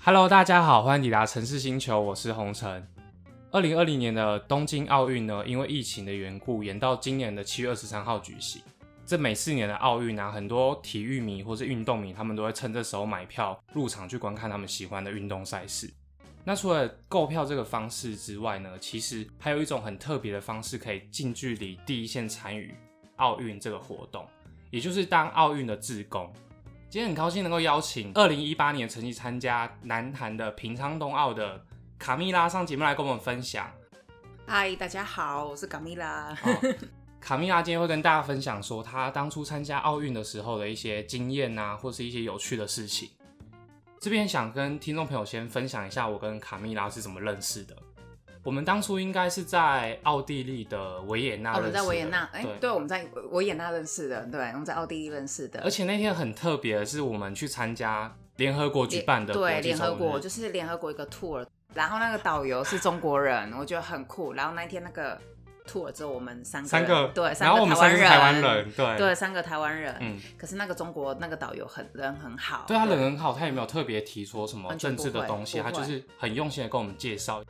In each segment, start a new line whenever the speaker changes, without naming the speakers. Hello，大家好，欢迎抵达城市星球，我是红尘。二零二零年的东京奥运呢，因为疫情的缘故，延到今年的七月二十三号举行。这每四年的奥运啊，很多体育迷或是运动迷，他们都会趁这时候买票入场去观看他们喜欢的运动赛事。那除了购票这个方式之外呢，其实还有一种很特别的方式，可以近距离第一线参与奥运这个活动，也就是当奥运的志工。今天很高兴能够邀请二零一八年曾经参加南韩的平昌冬奥的卡蜜拉上节目来跟我们分享。
嗨，大家好，我是卡米拉。
哦卡蜜拉今天会跟大家分享说，她当初参加奥运的时候的一些经验啊，或是一些有趣的事情。这边想跟听众朋友先分享一下我跟卡蜜拉是怎么认识的。我们当初应该是在奥地利的维也纳
哦，我
认识的，
们在维也纳，哎、
对
对，我们在维也纳认识的，对，我们在奥地利认识的，
而且那天很特别的是，我们去参加联合国举
联
办的
对
国际
联合
中日
国就是联合国一个 tour，然后那个导游是中国人，我觉得很酷。然后那一天那个 tour 只有我们三个
三
人
个，
对，
然后我们三
台湾
个是
人，
台湾人，对
对，三个台湾人。
嗯
可是那个中国那个导游很人很好，
对他人很好，他也没有特别提出什么
完
政
全不
治的
会
东西，
不
他就
会
是很用心的跟我们介绍。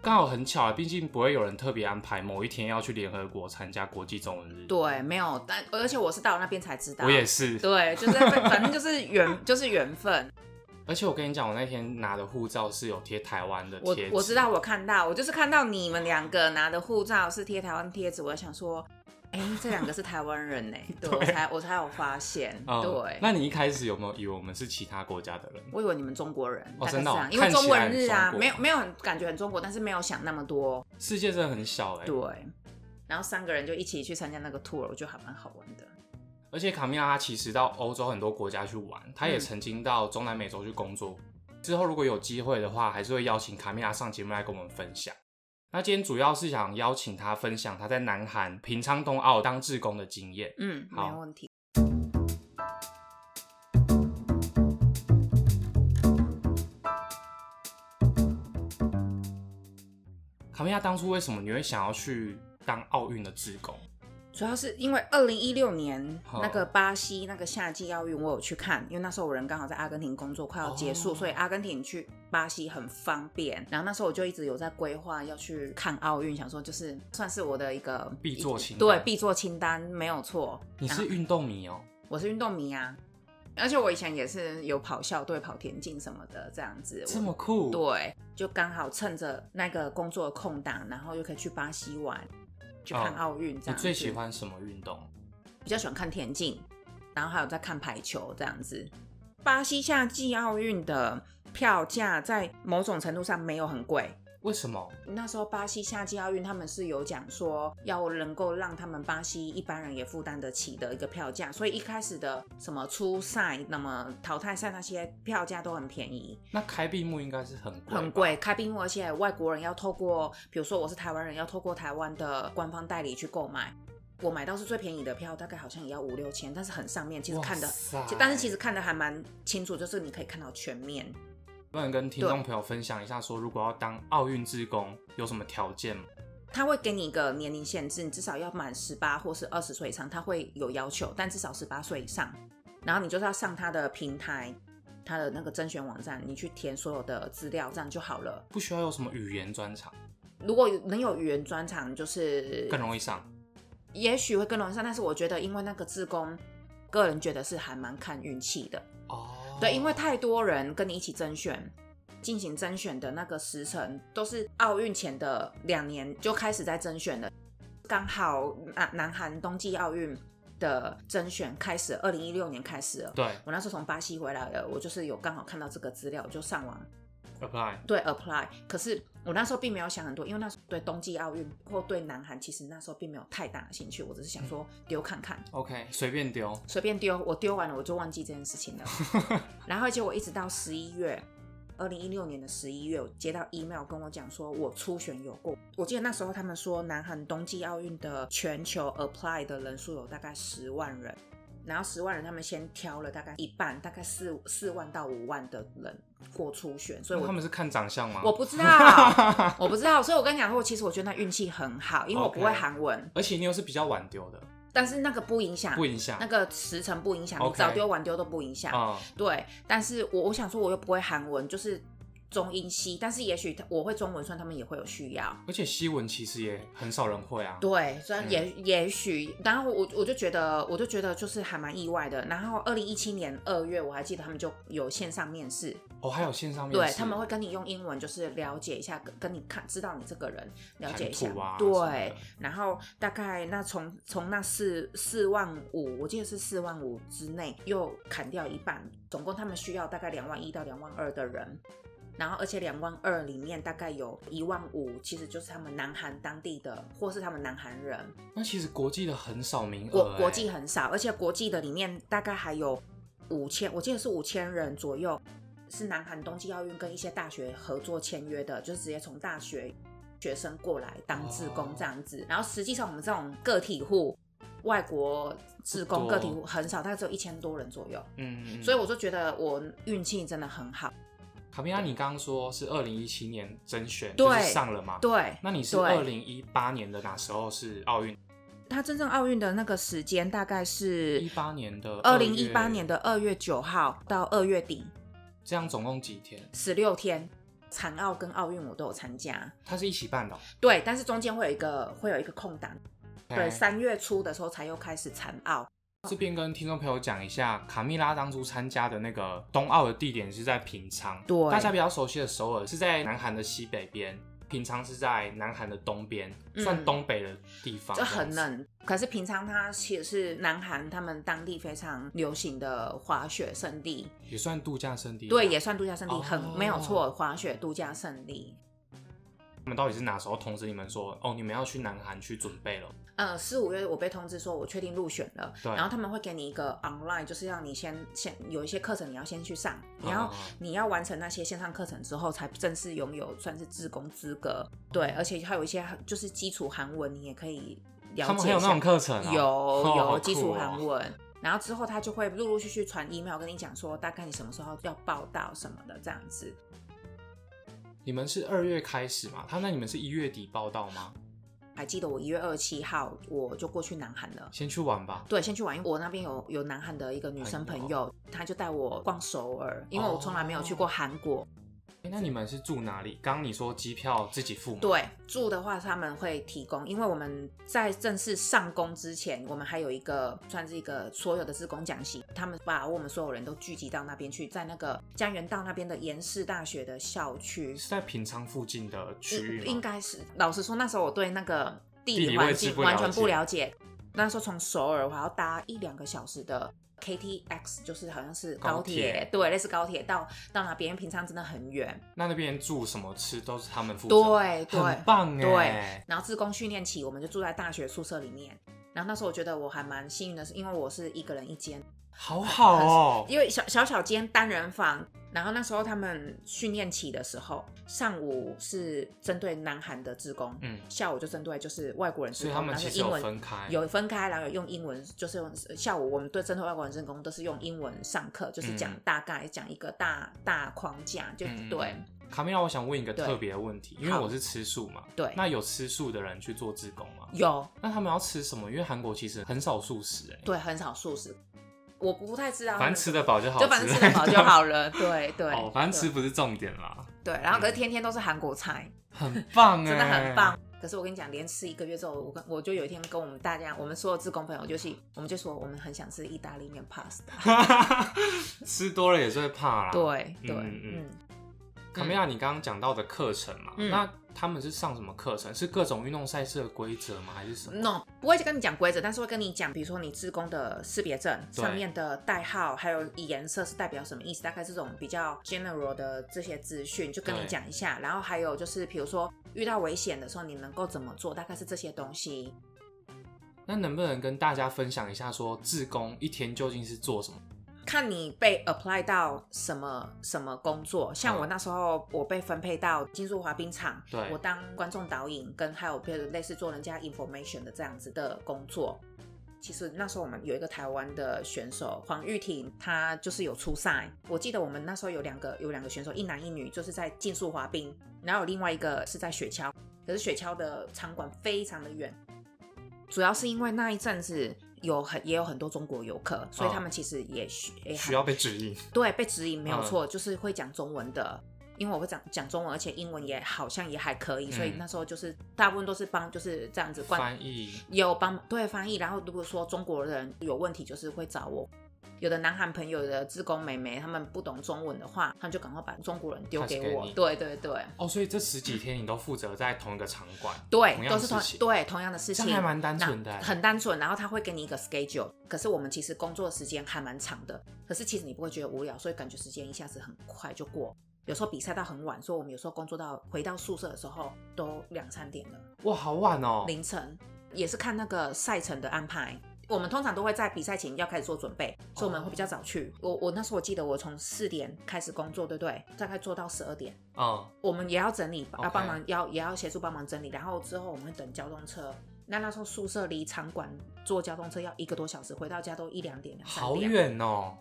刚好很巧啊，毕竟不会有人特别安排某一天要去联合国参加国际中文日。
对，没有，但而且我是到那边才知道，
我也是。
对，就是反正就是缘， 就是缘分。
而且我跟你讲，我那天拿的护照是有贴台湾的
我
贴纸，
我知道，我看到，我就是看到你们两个拿的护照是贴台湾贴纸，我就想说，哎、这两个是台湾人呢、 对我才我才有发现，
嗯
对，
那你一开始有没有以为我们是其他国家的人？
我以为你们中国人，
哦
大概
真
是
的哦
这样，因
看
为
起来
中文日啊
很中，国
没有没有很感觉很中国，但是没有想那么多，
世界真的很小哎、
对。然后三个人就一起去参加那个 tour，我觉得还蛮好玩的。
而且卡米拉她其实到欧洲很多国家去玩，她也
嗯
曾经到中南美洲去工作。之后如果有机会的话，还是会邀请卡米拉上节目来跟我们分享。那今天主要是想邀请她分享她在南韩平昌冬奥当志工的经验。
嗯，没
好
有问题。
卡米拉当初为什么你会想要去当奥运的志工？
主要是因为二零一六年
好
那个巴西那个夏季奥运，我有去看，因为那时候我人刚好在阿根廷工作，快要结束，
哦
所以阿根廷去巴西很方便。然后那时候我就一直有在规划要去看奥运，想说就是算是我的一个
必做清单
对必做清单没有错。
你是运动迷哦、
我是运动迷啊，而且我以前也是有跑校队、跑田径什么的这样子。
这么酷？
对，就刚好趁着那个工作的空档，然后又可以去巴西玩，去看
哦
奥运
你
这样子。
最喜欢什么运动？
比较喜欢看田径，然后还有在看排球这样子。巴西夏季奥运的票价在某种程度上没有很贵。
为什么？
那时候巴西夏季奥运他们是有讲说要能够让他们巴西一般人也负担得起的一个票价，所以一开始的什么初赛、那么淘汰赛那些票价都很便宜，
那开闭幕应该是很贵吧，
很贵。开闭幕，而且外国人要透过，比如说我是台湾人，要透过台湾的官方代理去购买。我买到是最便宜的票，大概好像也要五六千，但是很上面，其实
哇
看的
塞
其但是其实看的还蛮清楚，就是你可以看到全面。
不能跟听众朋友分享一下，说如果要当奥运志工有什么条件吗？
他会给你一个年龄限制，你至少要满十八或是二十岁以上，他会有要求，但至少十八岁以上。然后你就是要上他的平台，他的那个甄选网站，你去填所有的资料，这样就好了。
不需要有什么语言专长，
如果有能有语言专长，就是
更容易上。
也许会更容易上，但是我觉得因为那个志工，个人觉得是还蛮看运气的。
哦
对，因为太多人跟你一起甄选，进行甄选的那个时辰都是奥运前的两年就开始在甄选了，刚好南南韩冬季奥运的甄选开始，二零一六年开始了。
对
我那时候从巴西回来了，我就是有刚好看到这个资料，我就上网
apply
对 apply。可是我那时候并没有想很多，因为那时候对冬季奥运或对南韩其实那时候并没有太大的兴趣，我只是想
嗯
说丢看看。
OK 随便丢，
随便丢，我丢完了我就忘记这件事 情了。然后而且我一直到十一月，二零一六年的十一月，我接到 email 跟我讲说我初选有过。我记得那时候他们说南韩冬季奥运的全球 apply 的人数有大概十万人。然后十万人，他们先挑了大概一半，大概四四万到五万的人过初选，所以
那
我
他们是看长相吗？
我不 知道，我不知道，所以我跟你讲说，其实我觉得那运气很好，因为我不会
OK
韩文
而且你又是比较晚丢的，
但是那个不影响，
不影响
那个时辰不影响，你
OK
早丢晚丢都不影响。
啊、
对，但是我我想说，我又不会韩文，就是中英西，但是也许他我会中文，算他们也会有需要。
而且西文其实也很少人会啊。
对，虽然也、也许，然后我我就觉得，我就觉得就是还蛮意外的。然后二零一七年二月，我还记得他们就有线上面试，
哦，还有线上面
对
试
他们会跟你用英文就是了解一下，跟跟你看知道你这个人，了解一下
谈吐，啊什么
对
的。
然后大概那从从那四四万五，我记得是四万五之内，又砍掉一半，总共他们需要大概两万一到两万二的人。然后，而且两万二里面大概有一万五，其实就是他们南韩当地的，或是他们南韩人。
那其实国际的很少名额、
国
欸
国际很少，而且国际的里面大概还有五千，我记得是五千人左右，是南韩冬季奥运跟一些大学合作签约的，就是直接从大学学生过来当志
哦
工这样子。然后实际上我们这种个体户、外国志工
不多
个体户很少，大概只有一千多人左右。
嗯，嗯嗯嗯
所以我就觉得我运气真的很好。
卡比亚，你刚刚说是二零一七年甄选，
对
就是上了嘛？
对，
那你是
对
二零一八年的哪时候是奥运？
他真正奥运的那个时间大概
一
是
八年的
二零一八
2月
年的二月九号到二月底，
这样总共几天？
十六天，残奥跟奥运我都有参加。
它是一起办的哦、
对，但是中间会有一个会有一个空档。对，
OK
三月初的时候才又开始残奥。
这边跟听众朋友讲一下，卡蜜拉当初参加的那个冬奥的地点是在平昌，
对
大家比较熟悉的首尔是在南韩的西北边，平昌是在南韩的东边，
嗯
算东北的地方，
就很
啊这样子。
冷，可是平常它其实是南韩他们当地非常流行的滑雪胜地，
也算度假胜地吧。
对，也算度假胜地，
哦
很没有错，滑雪度假胜地。
他们到底是哪时候通知你们说，哦，你们要去南韩去准备了？
呃，四五月我被通知说我确定入选了，
对
然后他们会给你一个 online，就是让你先先有一些课程你要先去上，你要、
嗯
你要完成那些线上课程之后，才正式拥有算是志工资格。对，而且还有一些就是基础韩文，你也可以
他
了
们
解
还有
一
那
下
种。课程、哦，
有
哦好酷
有
哦
基础韩文，然后之后他就会陆陆续续传 email 跟你讲说，大概你什么时候要报道什么的这样子。
你们是二月开始嘛？他那你们是一月底报道吗？
还记得我一月二十七号我就过去南韩了。
先去玩吧。
对，先去玩，因为我那边有有南韩的一个女生朋
朋
友，她就带我逛首尔，因为我从来没有去过韩国。
诶那你们是住哪里？刚刚你说机票自己付吗？
对，住的话他们会提供，因为我们在正式上工之前，我们还有一个算是一个所有的职工讲习，他们把我们所有人都聚集到那边去，在那个江原道那边的延世大学的校区，
是在平昌附近的区域吗？
应嗯应该是。老实说，那时候我对那个地
地理
理
位
环
置
境
不
完
了
全不
解
了解，那时候从首尔我还要搭一两个小时的 KTX，就是好像是
高
高
铁
铁，对，类似高铁到到那边，平常真的很远。
那那边住什么吃都是他们负责，
对对
很棒哎、
对，然后自工训练期，我们就住在大学宿舍里面。然后那时候我觉得我还蛮幸运的，是因为我是一个人一间，
好好哦、
因为小小小间单人房。然后那时候他们训练期的时候，上午是针对南韩的职工，
嗯，
下午就针对就是外国人职
所以
工，
他们
然后
其
就
实
英
有
文
分开，
有分开，然后有用英文，就是用呃下午我们对针对外国人职工都是用英文上课，就是讲
嗯
大概、讲一个大大框架，就
嗯
对、。
卡米拉，我想问一个
对
特别的问题，因为
好
我是吃素嘛，
对。
那有吃素的人去做志工吗？
有
那他们要吃什么？因为韩国其实很少素食哎、
对，很少素食，我不太知道他们。
反正吃得饱就好，
就反正吃得饱 就。好了。对对，
哦，反正吃不是重点 啦，
对。对然后可是天天都是韩国菜，
很棒哎、
真的很棒。可是我跟你讲，连吃一个月之后，我跟我就有一天跟我们大家，我们所有志工朋友，就是我们就说我们很想吃意大利面 pasta。
吃多了也是会怕啦。，
对
嗯
对，
嗯嗯
嗯，
卡米拉，你刚刚讲到的课程嘛，
嗯
那他们是上什么课程？是各种运动赛事的规则吗？还是什么？
no 不会跟你讲规则，但是会跟你讲，比如说你志工的识别证
对
上面的代号，还有颜色是代表什么意思，大概这种比较 general 的这些资讯，就跟你
对
讲一下。然后还有就是，比如说遇到危险的时候，你能够怎么做，大概是这些东西。
那能不能跟大家分享一下，说志工一天究竟是做什么？
看你被 apply 到什么什么工作，像
嗯
我那时候我被分配到金速滑冰场，
对
我当观众导引，跟还有比如类似做人家 information 的这样子的工作。其实那时候我们有一个台湾的选手黄玉婷，她就是有出赛。我记得我们那时候有两个有两个选手，一男一女，就是在竞速滑冰，然后有另外一个是在雪橇。可是雪橇的场馆非常的远，主要是因为那一阵子有很也有很多中国游客，所以
嗯
他们其实也需、也还
需要被指引。
对，被指引没有
嗯
错，就是会讲中文的。因为我会讲讲中文，而且英文也好像也还可以，所以
嗯
那时候就是大部分都是帮就是这样子灌
翻译，
也有帮对翻译，然后如果说中国人有问题，就是会找我。有的南韩朋友有的志工妹妹，他们不懂中文的话，他们就赶快把中国人丢
Pass
给
给
我。
你
对对对
哦，所以这十几天你都负责在同一个场馆，同
对，
样
都
的
是
事
同
情
对同样的事
这
情，
样还蛮单纯的
那
欸
很单纯。然后他会给你一个 schedule，可是我们其实工作时间还蛮长的，可是其实你不会觉得无聊，所以感觉时间一下子很快就过。有时候比赛到很晚，所以我们有时候工作到回到宿舍的时候都两三点了。
哇，好晚哦，
凌晨，也是看那个赛程的安排。我们通常都会在比赛前要开始做准备，所以我们会比较早去。我我那时候我记得我从四点开始工作，对不对？大概做到十二点。
嗯，
我们也要整理，
OK
要帮忙，要也要协助帮忙整理。然后之后我们会等交通车。那那时候宿舍离场馆坐交通车要一个多小时，回到家都一两点、两三
好
点。
远哦。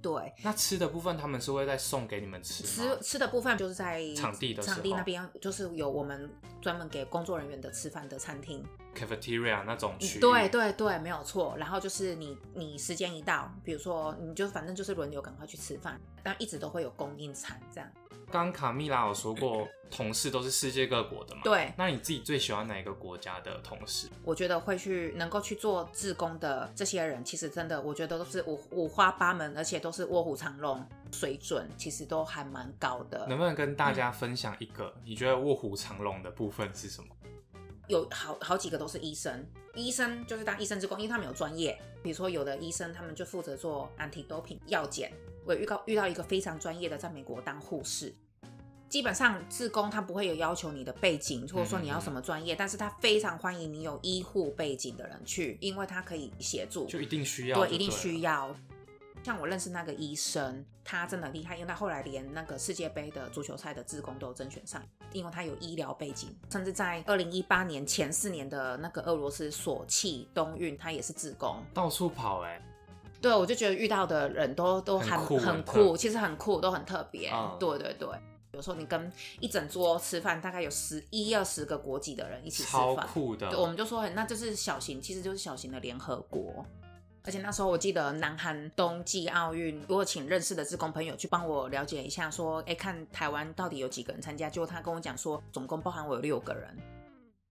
对，
那吃的部分他们是会再送给你们吃吗？
吃吃的部分就是在
场地的时候
场地那边，就是有我们专门给工作人员的吃饭的餐厅。
cafeteria 那种区域，
嗯对，对对，没有错。然后就是你你时间一到，比如说你就反正就是轮流赶快去吃饭，但一直都会有供应餐这样。
刚卡蜜拉有说过，同事都是世界各国的嘛，，
对，
那你自己最喜欢哪一个国家的同事？
我觉得会去能够去做志工的这些人，其实真的我觉得都是五五花八门，而且都是卧虎藏龙，水准其实都还蛮高的。嗯
能不能跟大家分享一个、你觉得卧虎藏龙的部分是什么？
有好好几个都是医生，医生就是当医生之工，因为他们有专业。比如说有的医生他们就负责做 anti-doping 药检，我有遇到遇到一个非常专业的，在美国当护士。基本上，志工他不会有要求你的背景，或者说你要什么专业，但是他非常欢迎你有医护背景的人去，因为他可以协助，
就一定需要就
对，
对，
一定需。要。像我认识那个医生，他真的很厉害，因为他后来连那个世界杯的足球赛的志工都有甄选上，因为他有医疗背景，甚至在二零一八年前四年的那个俄罗斯索契冬运，他也是志工。
到处跑哎、
对，我就觉得遇到的人都都
很
很
酷很
很
特
酷，其实很酷，都很特别。
嗯
对对对，有时候你跟一整桌吃饭，大概有十一二十个国籍的人一起吃
超
饭，
酷的
对，。我们就说那就是小型，其实就是小型的联合国。而且那时候我记得南韩冬季奥运，我有请认识的志工朋友去帮我了解一下说、哎，看台湾到底有几个人参加。结果他跟我讲说，总共包含我有六个人，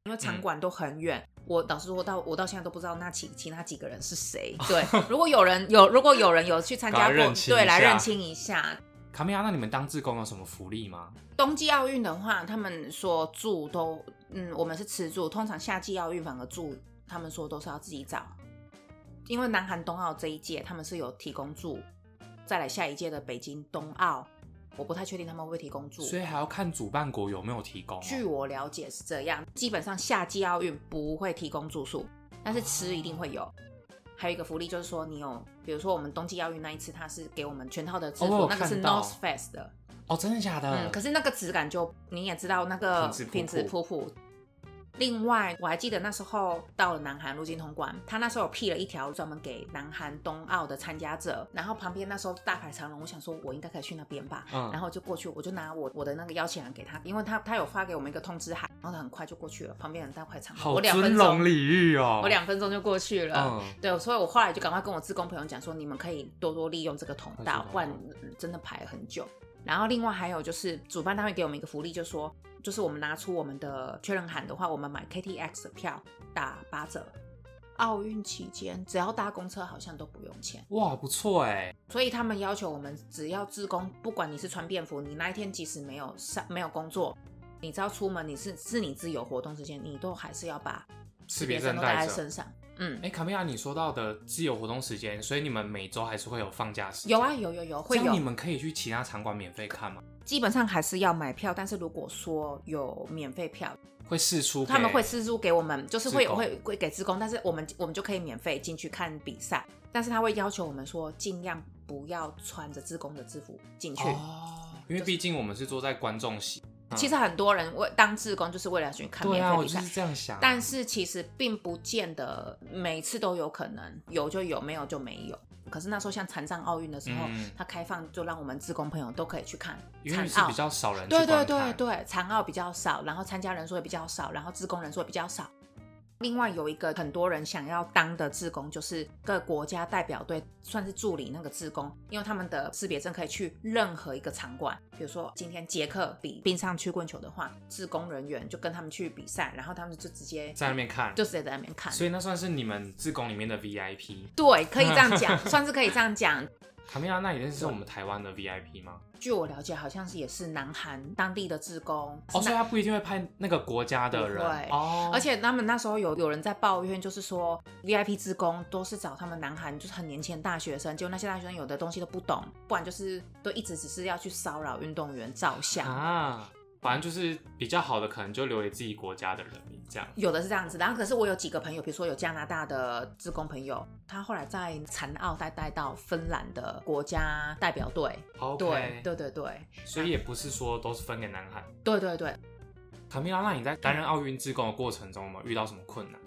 因
嗯
为场馆都很远。我老实说到我到现在都不知道那其其他几个人 是谁。对，如果有人有如果有人有去参加
赶快
过
认，清
对，
一
来
下
认清一下。
卡蜜拉，那你们当志工有什么福利吗？
冬季奥运的话，他们说住都，嗯，我们是吃住，通常夏季奥运反而住，他们说都是要自己找，因为南韩冬奥这一届他们是有提供住，再来下一届的北京冬奥，我不太确定他们会不会提供住。
所以还要看主办国有没有提供、哦。
据我了解是这样，基本上夏季奥运不会提供住宿，但是吃一定会有。还有一个福利就是说，你有，比如说我们冬季奥运那一次，它是给我们全套的制
哦
服，
我有
那个是
看到
North Face 的，
哦，真的假的？
嗯，可是那个质感就你也知道，那个
品质普普
品质普普。另外，我还记得那时候到了南韩入境通关，他那时候有辟了一条专门给南韩冬奥的参加者，然后旁边那时候大排长龙，我想说我应该可以去那边吧，
嗯
然后就过去，我就拿我我的那个邀请函给他，因为他他有发给我们一个通知函，然后他很快就过去了，旁边很大排长龙，
好
我两分
尊荣
钟，
礼遇哦。
我两分钟就过去了，
嗯，
对，所以我后来就赶快跟我志工朋友讲说，你们可以多多利用这个通
快速
道
通道，
不然嗯真的排很久。然后另外还有就是，主办单位给我们一个福利，就说就是我们拿出我们的确认函的话，我们买 KTX 的票打八折。奥运期间只要搭公车好像都不用钱，
哇，不错哎、
所以他们要求我们只要志工，不管你是穿便服，你那一天即使没有上没有工作，你只要出门，你是是你自由活动时间，你都还是要把
识
别
别
证
证
都带
带
在
着。
身上。嗯
哎、，卡米拉，你说到的自由活动时间，所以你们每周还是会有放假时间？
有啊，有有有会
这样
有
你。们可以去其他场馆免费看吗？
基本上还是要买票，但是如果说有免费票，
会试出给
他们会资助给我们，就是会
志工
会会给职工，但是我们我们就可以免费进去看比赛，但是他会要求我们说尽量不要穿着职工的制服进去。
哦，因为毕竟我们是坐在观众席。
其实很多人为当志工就是为了去看
对
免
啊，
费
我
比
就
赛。
是这样想。
但是其实并不见得每次都有可能，有就有，没有就没有。可是那时候像残障奥运的时候，
嗯
它开放就让我们志工朋友都可以去看
因
残
为是
奥
比，较少人去
对对
观
对
看
对，残奥比较少，然后参加人数也比较少，然后职工人数也比较少，另外有一个很多人想要当的志工，就是各国家代表队算是助理那个志工，因为他们的识别证可以去任何一个场馆，比如说今天捷克比冰上曲棍球的话，志工人员就跟他们去比赛，然后他们就直接
在那边看，
就直接在那边看，
所以那算是你们自贡里面的 VIP。
对，可以这样 讲，算是可以这样讲。
卡米拉那已经是我们台湾的 VIP 吗？
据我了解，好像是也是南韩当地的志工，
哦，所以他不一定会派那个国家的人
不会
哦，
而且他们那时候有有人在抱怨，就是说 VIP 职工都是找他们南韩就是很年轻的大学生，结果那些大学生有的东西都不懂，不然就是都一直只是要去骚扰运动员照相。
啊，反正就是比较好的，可能就留给自己国家的人民这样。
有的是这样子，然后可是我有几个朋友，比如说有加拿大的职工朋友，他后来在残奥再带到芬兰的国家代表队。对
OK，
对对对
所以也不是说都是分给南韩。
对对对，
卡米拉，那你在担任奥运志工的过程中，有没有遇到什么困难？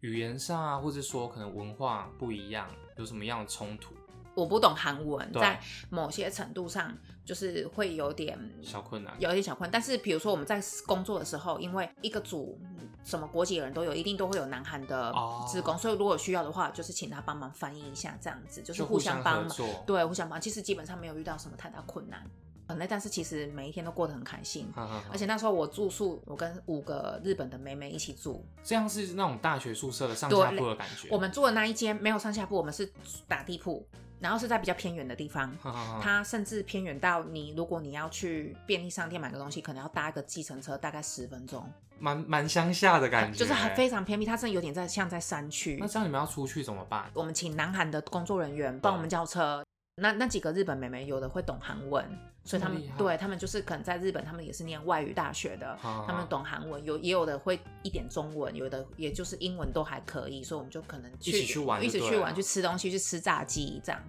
语言上啊，或者说可能文化不一样，有什么样的冲突？
我不懂韩文，
对
在某些程度上就是会有点
小困难
有一点小困，但是比如说我们在工作的时候，因为一个组嗯什么国籍的人都有，一定都会有南韩的
哦
职工，所以如果有需要的话，就是请他帮忙翻译一下，这样子就是
就
互
互
相
相
帮
合
忙，
作。
对，互相帮。其实基本上没有遇到什么太大困难，很累，但是其实每一天都过得很开心。
哈哈哈
而且那时候我住宿，我跟五个日本的妹妹一起住，
这样是那种大学宿舍的上下铺的感觉。
我们住的那一间没有上下铺，我们是打地铺，然后是在比较偏远的地方。
哈哈哈
它甚至偏远到你，如果你要去便利商店买个东西，可能要搭一个计程车，大概十分钟，
蛮蛮乡下的感觉，
就是很非常偏僻，它真的有点在像在山区
那。这样你们要出去怎么办？
我们请南韩的工作人员帮我们叫车。那那几个日本妹妹有的会懂韩文，所以他们
这么厉害啊
对他们就是可能在日本，他们也是念外语大学的，
哈哈
他们懂韩文，有也有的会一点中文，有的也就是英文都还可以，所以我们就可能去
一起去玩就
一起
对
去
了
玩，去吃东西，去吃炸鸡这样。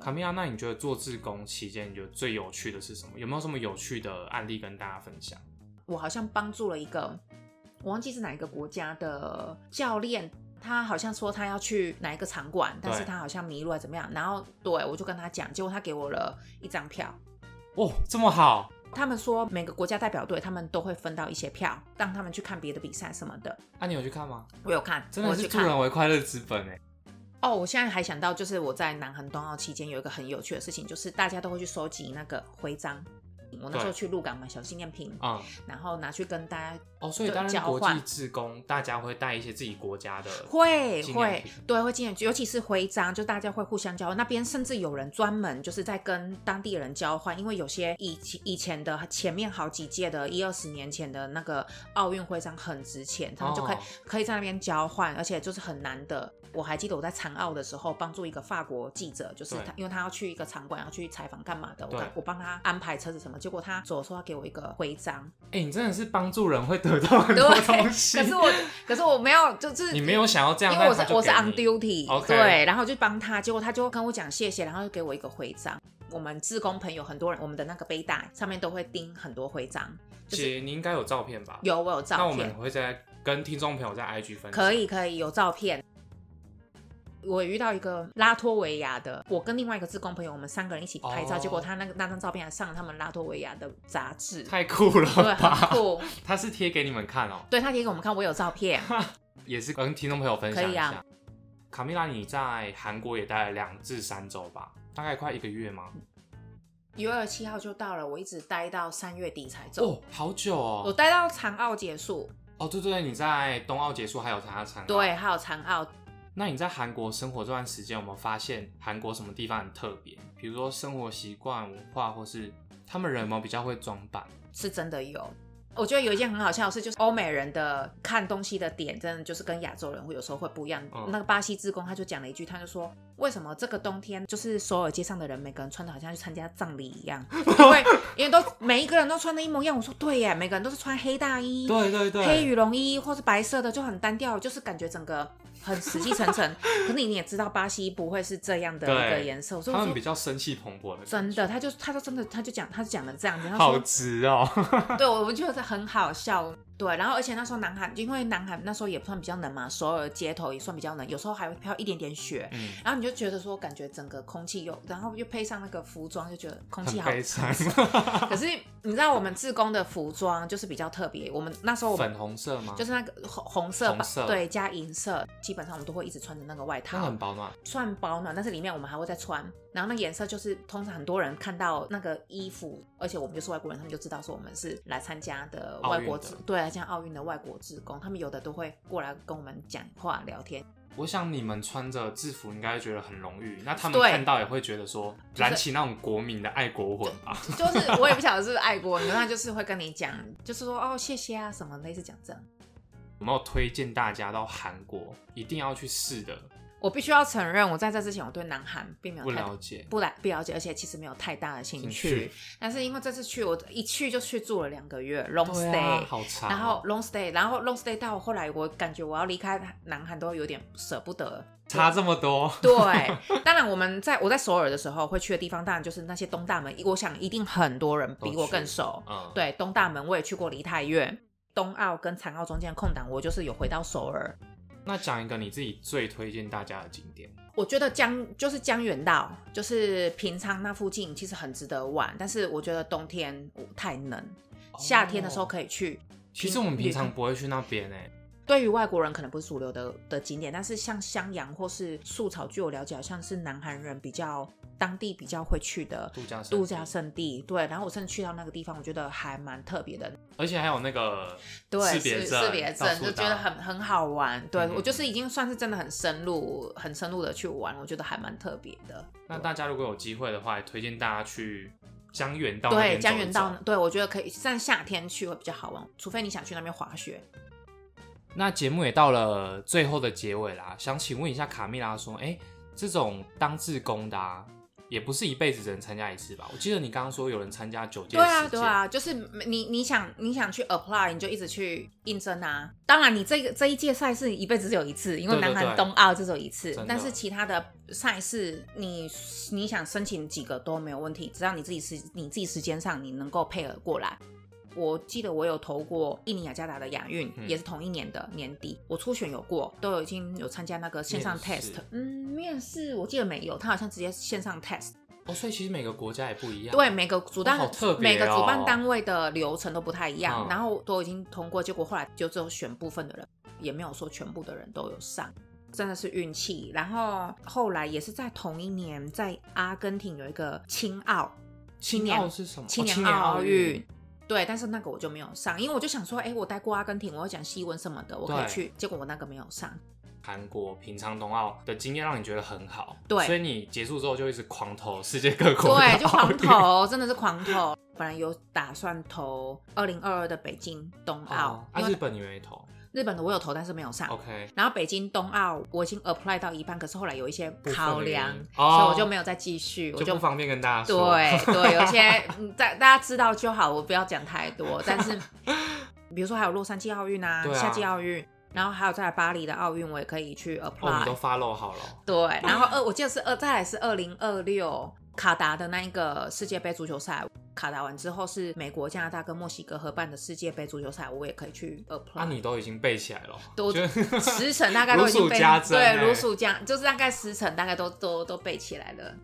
卡米拉，那你觉得做志工期间，你觉得最有趣的是什么？有没有什么有趣的案例跟大家分享？
我好像帮助了一个，我忘记是哪一个国家的教练，他好像说他要去哪一个场馆，但是他好像迷路了怎么样？然后对我就跟他讲，结果他给我了一张票。
哦，这么好，
他们说每个国家代表队他们都会分到一些票，让他们去看别的比赛什么的。
啊那、你有去看吗？
我有看，
真的
我
是
去
助
看。
人为快乐之本哎。
哦，我现在还想到，就是我在南韩冬奥期间有一个很有趣的事情，就是大家都会去收集那个徽章。我那时
对
候去鹿港买小纪念品，
嗯，
然后拿去跟大家
哦，所以
就
担任
交
国际
换
志工，大家会带一些自己国家的，
会
纪念
会
品，
对，会纪念，尤其是徽章，就大家会互相交换。那边甚至有人专门就是在跟当地人交换，因为有些以前以前的前面好几届的一二十年前的那个奥运徽章很值钱，他们就可以、
哦
可以在那边交换，而且就是很难得。我还记得我在残奥的时候帮助一个法国记者，就是
对
他，因为他要去一个场馆要去采访干嘛的，我看
对
我帮他安排车子什么，结果他走的时候他给我一个徽章，
哎、你真的是帮助人会得到很多东西。
可 是我可是我没有，就是
你没有想要这样，
因为我
但
是
他就
我是
给
on
你
duty，、
OK
对，然后就帮他，结果他就跟我讲谢谢，然后就给我一个徽章。我们志工朋友很多人，我们的那个背带上面都会钉很多徽章，就是
姐，你应该有照片吧？
有我有
那
照
我们
片，
会在跟听众朋友在 IG 分享。
可以可以有照片。我遇到一个拉脱维亚的，我跟另外一个志工朋友，我们三个人一起拍照
哦
结果他那个那张照片还上了他们拉脱维亚的杂志，
太酷了
对，
吧！
很酷。
他是贴给你们看哦、
对他贴给我们看，我有照 片，
也是跟听众朋友分享
可
一
以
下。
啊
卡米拉，你在韩国也待了两至三周吧，大概快一个月吗？
一月二十七号就到了，我一直待到三月底才走，
哦，好久
我
哦。
待到残奥结束，
哦，对对对，你在冬奥结束还有参加残奥。
对，。还有残奥，
那你在韩国生活这段时间，有没有发现韩国什么地方很特别？比如说生活习惯、文化，或是他们人有没有比较会装扮？
是真的有。我觉得有一件很好笑的事，就是欧美人的看东西的点，真的就是跟亚洲人会有时候会不一样。
嗯
那个巴西志工他就讲了一句，他就说：“为什么这个冬天就是首尔街上的人，每个人穿的好像去参加葬礼一样？ 因为因为都每一个人都穿的一模一样。”我说：“对耶，每个人都是穿黑大衣、
对对对，
黑羽绒衣或是白色的，就很单调，就是感觉整个很死气沉沉。可是你你也知道，巴西不会是这样的一个
对
颜色，所以
他
我
们
说
比较生气蓬勃的感觉，
真的，他就他说真的，他就讲他讲了这样子，他说
好直哦、
对，我们觉得很好笑。对，然后而且那时候南韩，因为南韩那时候也算比较冷嘛，首尔街头也算比较冷，有时候还会飘一点点雪，
嗯，
然后你就觉得说，感觉整个空气又，然后又配上那个服装，就觉得空
很
气好
悲 伤，
可是你知道我们志工的服装就是比较特别，我们那时候我们
粉红色吗？
就是那个红红色吧，
红色
对，加银色，基本上我们都会一直穿着那个外
它
套
很，保暖，
算保暖，但是里面我们还会再穿。然后那个颜色就是通常很多人看到那个衣服，而且我们就是外国人，他们就知道说我们是来参加的外国
奥
志
运，
对，来参加奥运的外国志工，他们有的都会过来跟我们讲话 聊天，
我想你们穿着制服应该觉得很荣誉，那他们
对
看到也会觉得说
就是
燃起那种国民的爱国魂吧。
就是我也不晓得是不是爱国，人，他就是会跟你讲，就是说哦谢谢啊什么类似讲这样。
有没有推荐大家到韩国一定要去试的？
我必须要承认，我在这之前我对南韩并没有
不
太
了解，
不来不了解，而且其实没有太大的兴趣。
兴趣
但是因为这次去，我一去就去住了两个月 long
对
stay，、
啊，好长哦。
然后 long stay，然后 long stay 到后来，我感觉我要离开南韩都有点舍不 得。
差这么多，
对，当然我们在我在首尔的时候会去的地方，当然就是那些东大门，我想一定很多人比我更熟。
嗯，，
对，东大门我也去过梨泰院。冬奥跟残奥中间的空档，我就是有回到首尔。
那讲一个你自己最推荐大家的景点，
我觉得江就是江原道，就是平昌那附近，其实很值得玩。但是我觉得冬天我太冷，夏天的时候
哦，
可以去。
其实我们平常不会去那边欸诶、
对于外国人可能不是主流的的景点，但是像襄阳或是素草，据我了解，好像是南韩人比较当地比较会去的
度假胜地
度假胜地。对，然后我甚至去到那个地方，我觉得还蛮特别的。
而且还有那个
对，
识
是
别证
识别
到
证
处
就觉得
打
很很好玩。对、
嗯
我就是已经算是真的很深入、很深入的去玩，我觉得还蛮特别的。
那大家如果有机会的话，也推荐大家去江原道那边
对，江原道
走一
呢
走。，
对我觉得可以在夏天去会比较好玩，除非你想去那边滑雪。
那节目也到了最后的结尾啦，想请问一下卡蜜拉说，哎、这种当志工的、啊，也不是一辈子只能参加一次吧？我记得你刚刚说有人参加九届、
对啊，
十届
对，啊，就是你你想你想去 apply，你就一直去应征啊。当然，你这个这一届赛事一辈子只有一次，因为
对对
南
对
韩冬奥就只有一次，
真的
但是其他的赛事你你想申请几个都没有问题，只要你自己时你自己时间上你能够配合过来。我记得我有投过印尼雅加达的亚运，
嗯
也是同一年的年底，我初选有过，都有已经有参加那个线上
面试
test。嗯，面试我记得没有，他好像直接线上 test。
哦，所以其实每个国家也不一样。
对，每个主办、
好特别
每个主
哦
办单位的流程都不太一样，
嗯
然后都已经通过，结果后来就只有选部分的人，也没有说全部的人都有上。真的是运气，然后后来也是在同一年，在阿根廷有一个青奥，
青
年
奥是什么？哦
青年奥运，，对，但是那个我就没有上，因为我就想说，哎，我待过阿根廷，我要讲西文什么的，我可以
对
去，结果我那个没有上，
韩国平昌冬奥的经验让你觉得很好，
对
所以你结束之后就一直狂投世界各国的奥运，
对，就狂 投，真的是狂投。本来有打算投二零二二的北京冬奥
哦，，啊，
因为啊
日本你没投
日本的我有投，但是没有上。
，OK，
然后北京冬奥我已经 apply 到一半，可是后来有一些
分
考
原因
量，
哦
所以我就没有再继续，我
就不方便跟大家说。
对 对，有些嗯大大家知道就好，我不要讲太 多。但是比如说还有洛杉矶奥运啊，
对啊
夏季奥运，然后还有在巴黎的奥运，我也可以去
哦，你
apply。
都 follow 好了，
对，然后二呃我记得是二，再来是二零二六卡达的那一个世界杯足球赛。卡达完之后是美国、加拿大跟墨西哥合办的世界杯足球赛，我也可以去 apply。
那、啊你都已经背起来了，
都
就
十成大概都已经
如数
被
家珍欸
对如数家，就是大概十成大概都都都背起来了。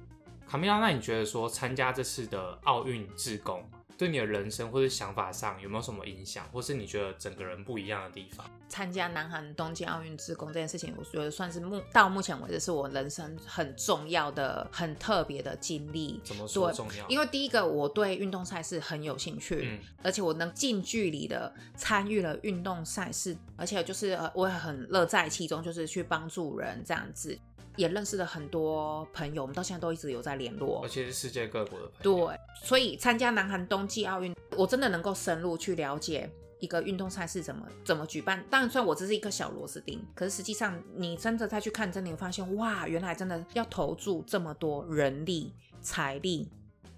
卡米拉，那你觉得说参加这次的奥运志工，对你的人生或者想法上有没有什么影响，或是你觉得整个人不一样的地方？
参加南韩东京奥运志工这件事情，我觉得算是目到目前为止是我人生很重要的、很特别的经历。
怎么说
对，
重要？
因
为
为第一个我对运动赛事很有兴趣，
嗯，
而且我能近距离的参与了运动赛事，而且就是呃我也很乐在其中，就是去帮助人这样子，也认识了很多朋友，我们到现在都一直有在联络
而。且是世界各国的朋友。
对，所以参加南韩冬季奥运，我真的能够深入去了解一个运动赛事怎么怎么举办。当然，虽然我只是一颗小螺丝钉，可是实际上你真的再去看，真的你会发现，哇，原来真的要投注这么多人力财力。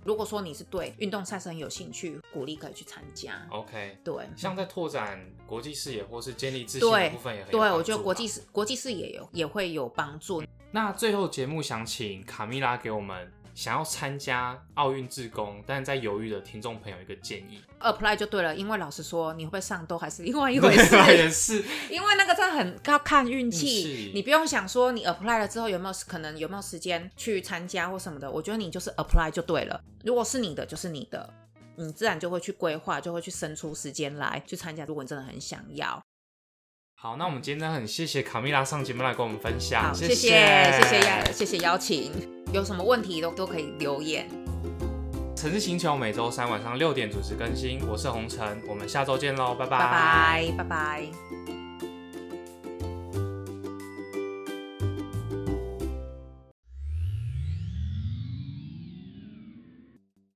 如果说你是对运动赛事很有兴趣，鼓励可以去参加。
OK，
对，
像在拓展国际视野或是建立自信的
对
部分也很有
对，
帮
我
助
觉得国
吧
际视国际视野有也会有帮助。
那最后节目想请卡米拉给我们想要参加奥运志工，但是在犹豫的听众朋友一个建议，
apply 就对了，因为老实说，你会不会上都还是另外 一回
对吧？
事，
也是，
因为那个真的很要看运
运气
气。你不用想说你 apply 了之后有没有可能有没有时间去参加或什么的，我觉得你就是 apply 就对了。如果是你的，就是你的，你自然就会去规划，就会去生出时间来去参加。如果你真的很想要，
好，那我们今天真的很谢谢卡蜜拉上节目来跟我们分享，
好，谢
谢，
谢谢邀谢谢邀请，有什么问题都都可以留言。
城市星球每周三晚上六点准时更新，我是红尘，我们下周见喽，拜
拜拜拜拜。